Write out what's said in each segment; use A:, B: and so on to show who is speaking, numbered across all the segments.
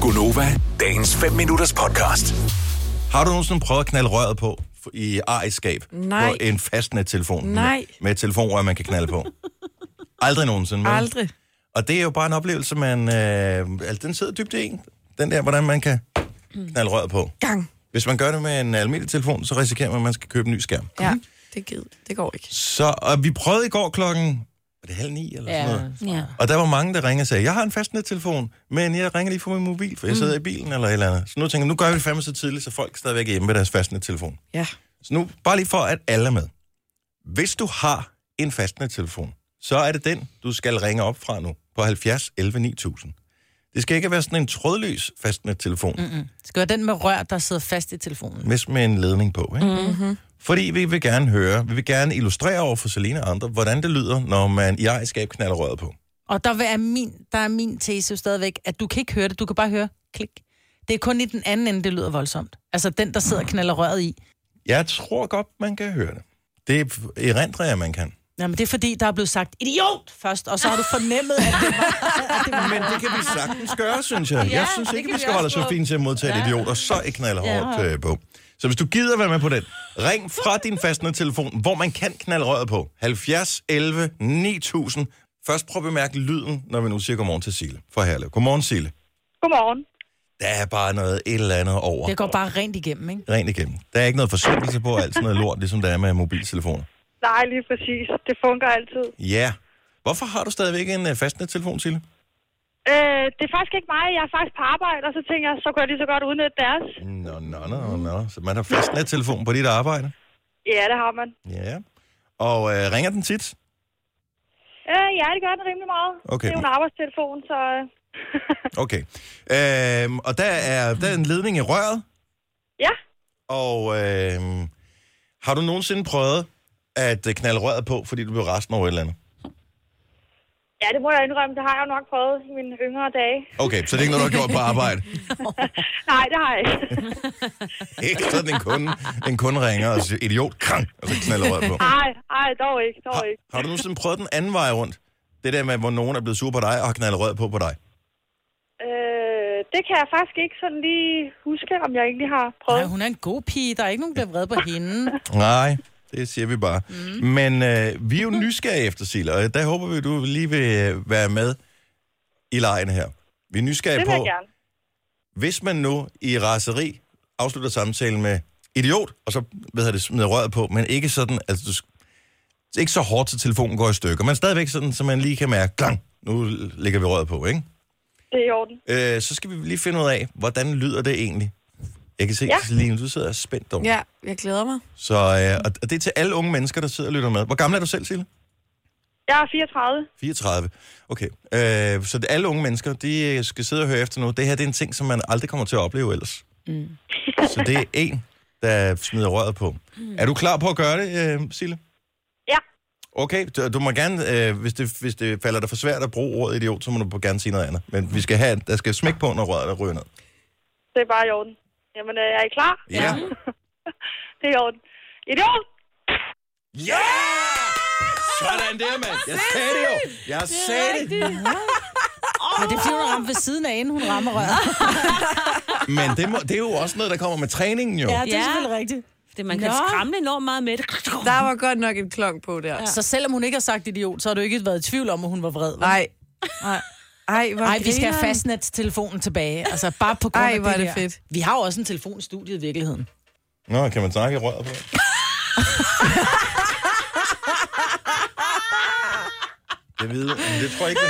A: Gunova, dagens 5 minutters podcast.
B: Har du nogensinde prøvet at knalde røret på f- i ejerskab
C: Nej.
B: på en fastnettelefon?
C: Nej.
B: Med, med et telefonrør, man kan knalde på. Aldrig nogensinde. vel?
C: Aldrig.
B: Og det er jo bare en oplevelse, man... Øh, altså, den sidder dybt i en. Den der, hvordan man kan knalde røret på.
C: Mm. Gang.
B: Hvis man gør det med en almindelig telefon, så risikerer man, at man skal købe en ny skærm.
C: Ja, det, gid, det går ikke.
B: Så, og vi prøvede i går klokken... Er det halv ni eller sådan noget?
C: Ja.
B: Og der var mange, der ringede og sagde, jeg har en fastnettelefon, men jeg ringer lige fra min mobil,
C: Mm.
B: for jeg sidder i bilen eller et eller andet. Så nu tænker jeg, nu gør vi det fandme så tidligt, så folk stadigvæk er hjemme med deres fastnettelefon.
C: Ja.
B: Så nu, bare lige for at alle er med. Hvis du har en fastnettelefon, så er det den, du skal ringe op fra nu på 70 11 9000. Det skal ikke være sådan en trådløs fastnettelefon, mm-hmm.
D: Det skal være den med rør, der sidder fast i telefonen.
B: hvis med en ledning på. Ikke? Mm-hmm. Fordi vi vil gerne høre, vi vil gerne illustrere over for Selina og andre, hvordan det lyder, når man i ejerskab knaller røret på.
D: Og der vil- er min, der er min tese jo stadigvæk, at du kan ikke høre det, du kan bare høre klik. Det er kun i den anden ende, det lyder voldsomt. Altså den, der sidder og knaller røret i.
B: Jeg tror godt, man kan høre det. Det erindrer jeg, man kan.
D: Jamen, det er fordi, der er blevet sagt idiot først, og så har du fornemmet, at det var... At det var
B: Men det kan vi sagtens gøre, synes jeg. Ja, jeg synes
D: det
B: ikke,
D: kan
B: vi
D: vi
B: skal
D: også
B: holde os så
D: få.
B: fint til at modtage ja. idioter, så ikke knalde
D: Ja.
B: hårdt øh, på. Så hvis du gider være med på den, ring fra din fastnettelefon, hvor man kan knalde røret på. 70 11 9000. Først prøv at bemærke lyden, når vi nu siger godmorgen til Sile fra Herlev. Godmorgen, Sile.
E: Godmorgen.
B: Der er bare noget et eller andet over.
D: Det går bare rent igennem, ikke?
B: Rent igennem. Der er ikke noget forsinkelse på, og alt sådan noget lort, ligesom der er med mobiltelefoner.
E: Nej, lige præcis. Det fungerer altid.
B: Ja. Hvorfor har du stadigvæk en øh, fastnettelefon, Sile?
E: Øh, det er faktisk ikke mig. Jeg er faktisk på arbejde, og så tænker jeg, så kunne jeg lige så godt udnytte deres.
B: Nå, nå, nå, nå. Så man har fastnettelefon på dit arbejde?
E: Ja, det har man.
B: Ja. Og øh, ringer den tit?
E: Øh, ja, det gør den rimelig meget.
B: Okay.
E: Det er jo en arbejdstelefon, så... øh,
B: Okay. Øhm, og der er, der er en ledning i røret,
E: ja,
B: og øhm, har du nogensinde prøvet at øh, knalde røret på, fordi du blev resten over et eller andet?
E: ja, det må jeg indrømme. Det har jeg jo nok prøvet i mine yngre dage.
B: Okay, så det er ikke noget, du har gjort på arbejde.
E: Nej, det har jeg ikke.
B: Ikke sådan en kunde, en kunde ringer og siger, idiot, krang, og så knalder røret på.
E: Nej, nej, dog ikke, dog ikke.
B: Har, har du nogensinde prøvet den anden vej rundt? Det der med, hvor nogen er blevet sur på dig og har knaldet røret på på dig.
E: Øh, det kan jeg faktisk ikke sådan lige huske, om jeg egentlig har
D: Nej,
E: prøvet.
D: hun er en god pige. Der er ikke nogen, der bliver vred på hende.
B: Nej, det siger vi bare.
E: Mhm.
B: Mm. Men øh, vi er jo nysgerrige efter, Sila, og der håber vi, at du lige vil øh, være med i lejen her. Vi er nysgerrige
E: Det
B: på,
E: vil jeg gerne.
B: hvis man nu i raseri afslutter samtalen med idiot, og så ved jeg det, smider røret på, men ikke sådan, altså du, sk- ikke så hårdt, så telefonen går i stykker, men stadigvæk sådan, så man lige kan mærke, klang, nu lægger vi røret på, ikke?
E: Det er i orden.
B: Øh, så skal vi lige finde ud af, hvordan lyder det egentlig? Jeg kan se, ja.
E: Ja.
B: Celine, du sidder spændt over. Ja.
C: ja, jeg glæder mig.
B: Så øh, og- og det er til alle unge mennesker, der sidder og lytter med. Hvor gammel er du selv, Sille?
E: Jeg er 34.
B: 34. Okay. Øh, så det- alle unge mennesker, de øh, skal sidde og høre efter nu. Det her det er en ting, som man aldrig kommer til at opleve ellers. Mm. så det er en, der smider røret på. Mm. Er du klar på at gøre det, øh, Sille?
E: Ja,
B: Okay, du, du må gerne, øh, hvis, det, hvis det falder dig for svært at bruge ordet idiot, så må du gerne sige noget andet. Men vi skal have, der skal smæk på, når røret er ryger ned.
E: det er bare i orden. Jamen, øh, er I klar?
B: Ja!
E: Det er i orden. Idiot!
B: Ja! Sådan der, mand! Jeg sagde det jo! Jeg sagde det!
D: Men det er fordi, hun rammer ved siden af, inden hun rammer røret.
B: Men det, må, det er jo også noget, der kommer med træningen, jo.
D: Ja, det er
F: Ja.
D: selvfølgelig rigtigt.
F: Det, man kan
D: Nå.
F: skræmme enormt meget med det.
C: Der var godt nok en klong på der.
D: Så selvom hun ikke har sagt idiot, så har du ikke været i tvivl om, at hun var vred. vel?
C: Nej. Ej, hvor
D: Nej, vi skal
C: grineren.
D: have fastnet-telefonen tilbage. Altså, bare på grund
C: Ej,
D: af
C: hvor er
D: det,
C: det
D: her.
C: fedt.
D: Vi har jo også en telefon i studiet i virkeligheden.
B: Nå, kan man snakke i røret på? Jeg ved, men det tror jeg ikke,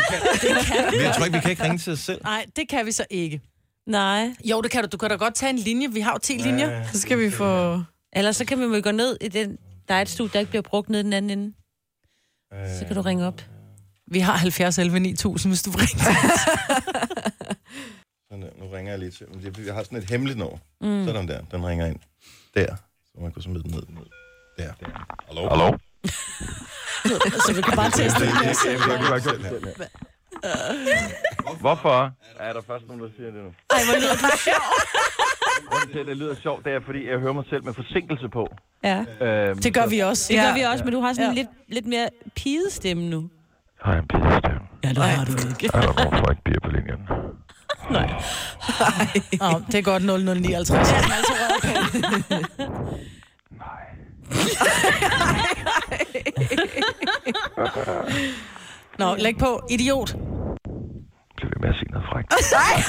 B: man kan. Men Jeg tror ikke, vi kan ikke ringe til os selv.
D: Nej, det kan vi så ikke.
F: Nej.
D: Jo, det kan du. Du kan da godt tage en linje. Vi har jo 10 linjer.
C: Så skal vi få...
F: Ellers så kan vi jo gå ned i den... Der er et studie, der ikke bliver brugt ned i den anden ende. Så kan du ringe op.
D: Vi har 70 11 9000, hvis du ringer.
B: Sådan der. Nu ringer jeg lige til. men det- Jeg har sådan et hemmeligt nummer. Mm. Sådan der. Den ringer ind. Der. Så man kan smide den ned. ned. Der. Hallo? Hallo?
D: så vi kan bare teste.
G: Hvorfor er der først nogen, der siger det nu? Ej, hvor lyder det sjovt. Grunden til, at det lyder sjovt, det er, fordi jeg hører mig selv med forsinkelse på.
F: Ja.
G: Øhm,
D: Det gør vi også.
F: Det gør vi også, men du har sådan
D: Ja.
F: ja. lidt, lidt mere pigestemme nu.
G: Hej, en pigestemme.
D: Ja, det har du ikke.
G: Er der nogen, der ikke bliver på linjen?
F: Nej.
D: Nå, det er godt 0059. Ja. Altså røget på. Nå, læg på. Idiot.
G: Bliv ved med at sige noget frækt.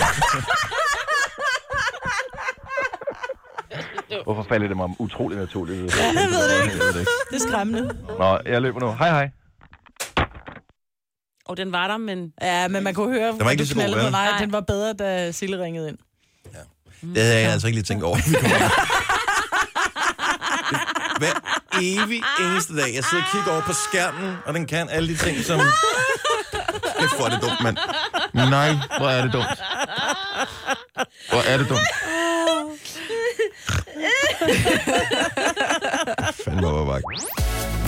G: Hvorfor falder det mig utrolig naturligt? ud? Jeg ved det ikke.
D: Det er skræmmende.
G: Nå, jeg løber nu. Hej, hej.
F: Og den var der, men...
D: Ja, men man kunne høre, at
B: var ikke lige så
D: du
B: god,
D: knaldede med
B: vel?
D: mig. Den var bedre, da Sille ringede ind.
B: Det havde jeg altså ikke lige tænkt over. vi kunne gøre. Hver evig eneste dag, jeg sidder og kigger over på skærmen, og den kan alle de ting, som... Kæft, hvor er det dumt, mand. Nej, hvor er det dumt. Hvor er det dumt. Fanden hvor var jeg.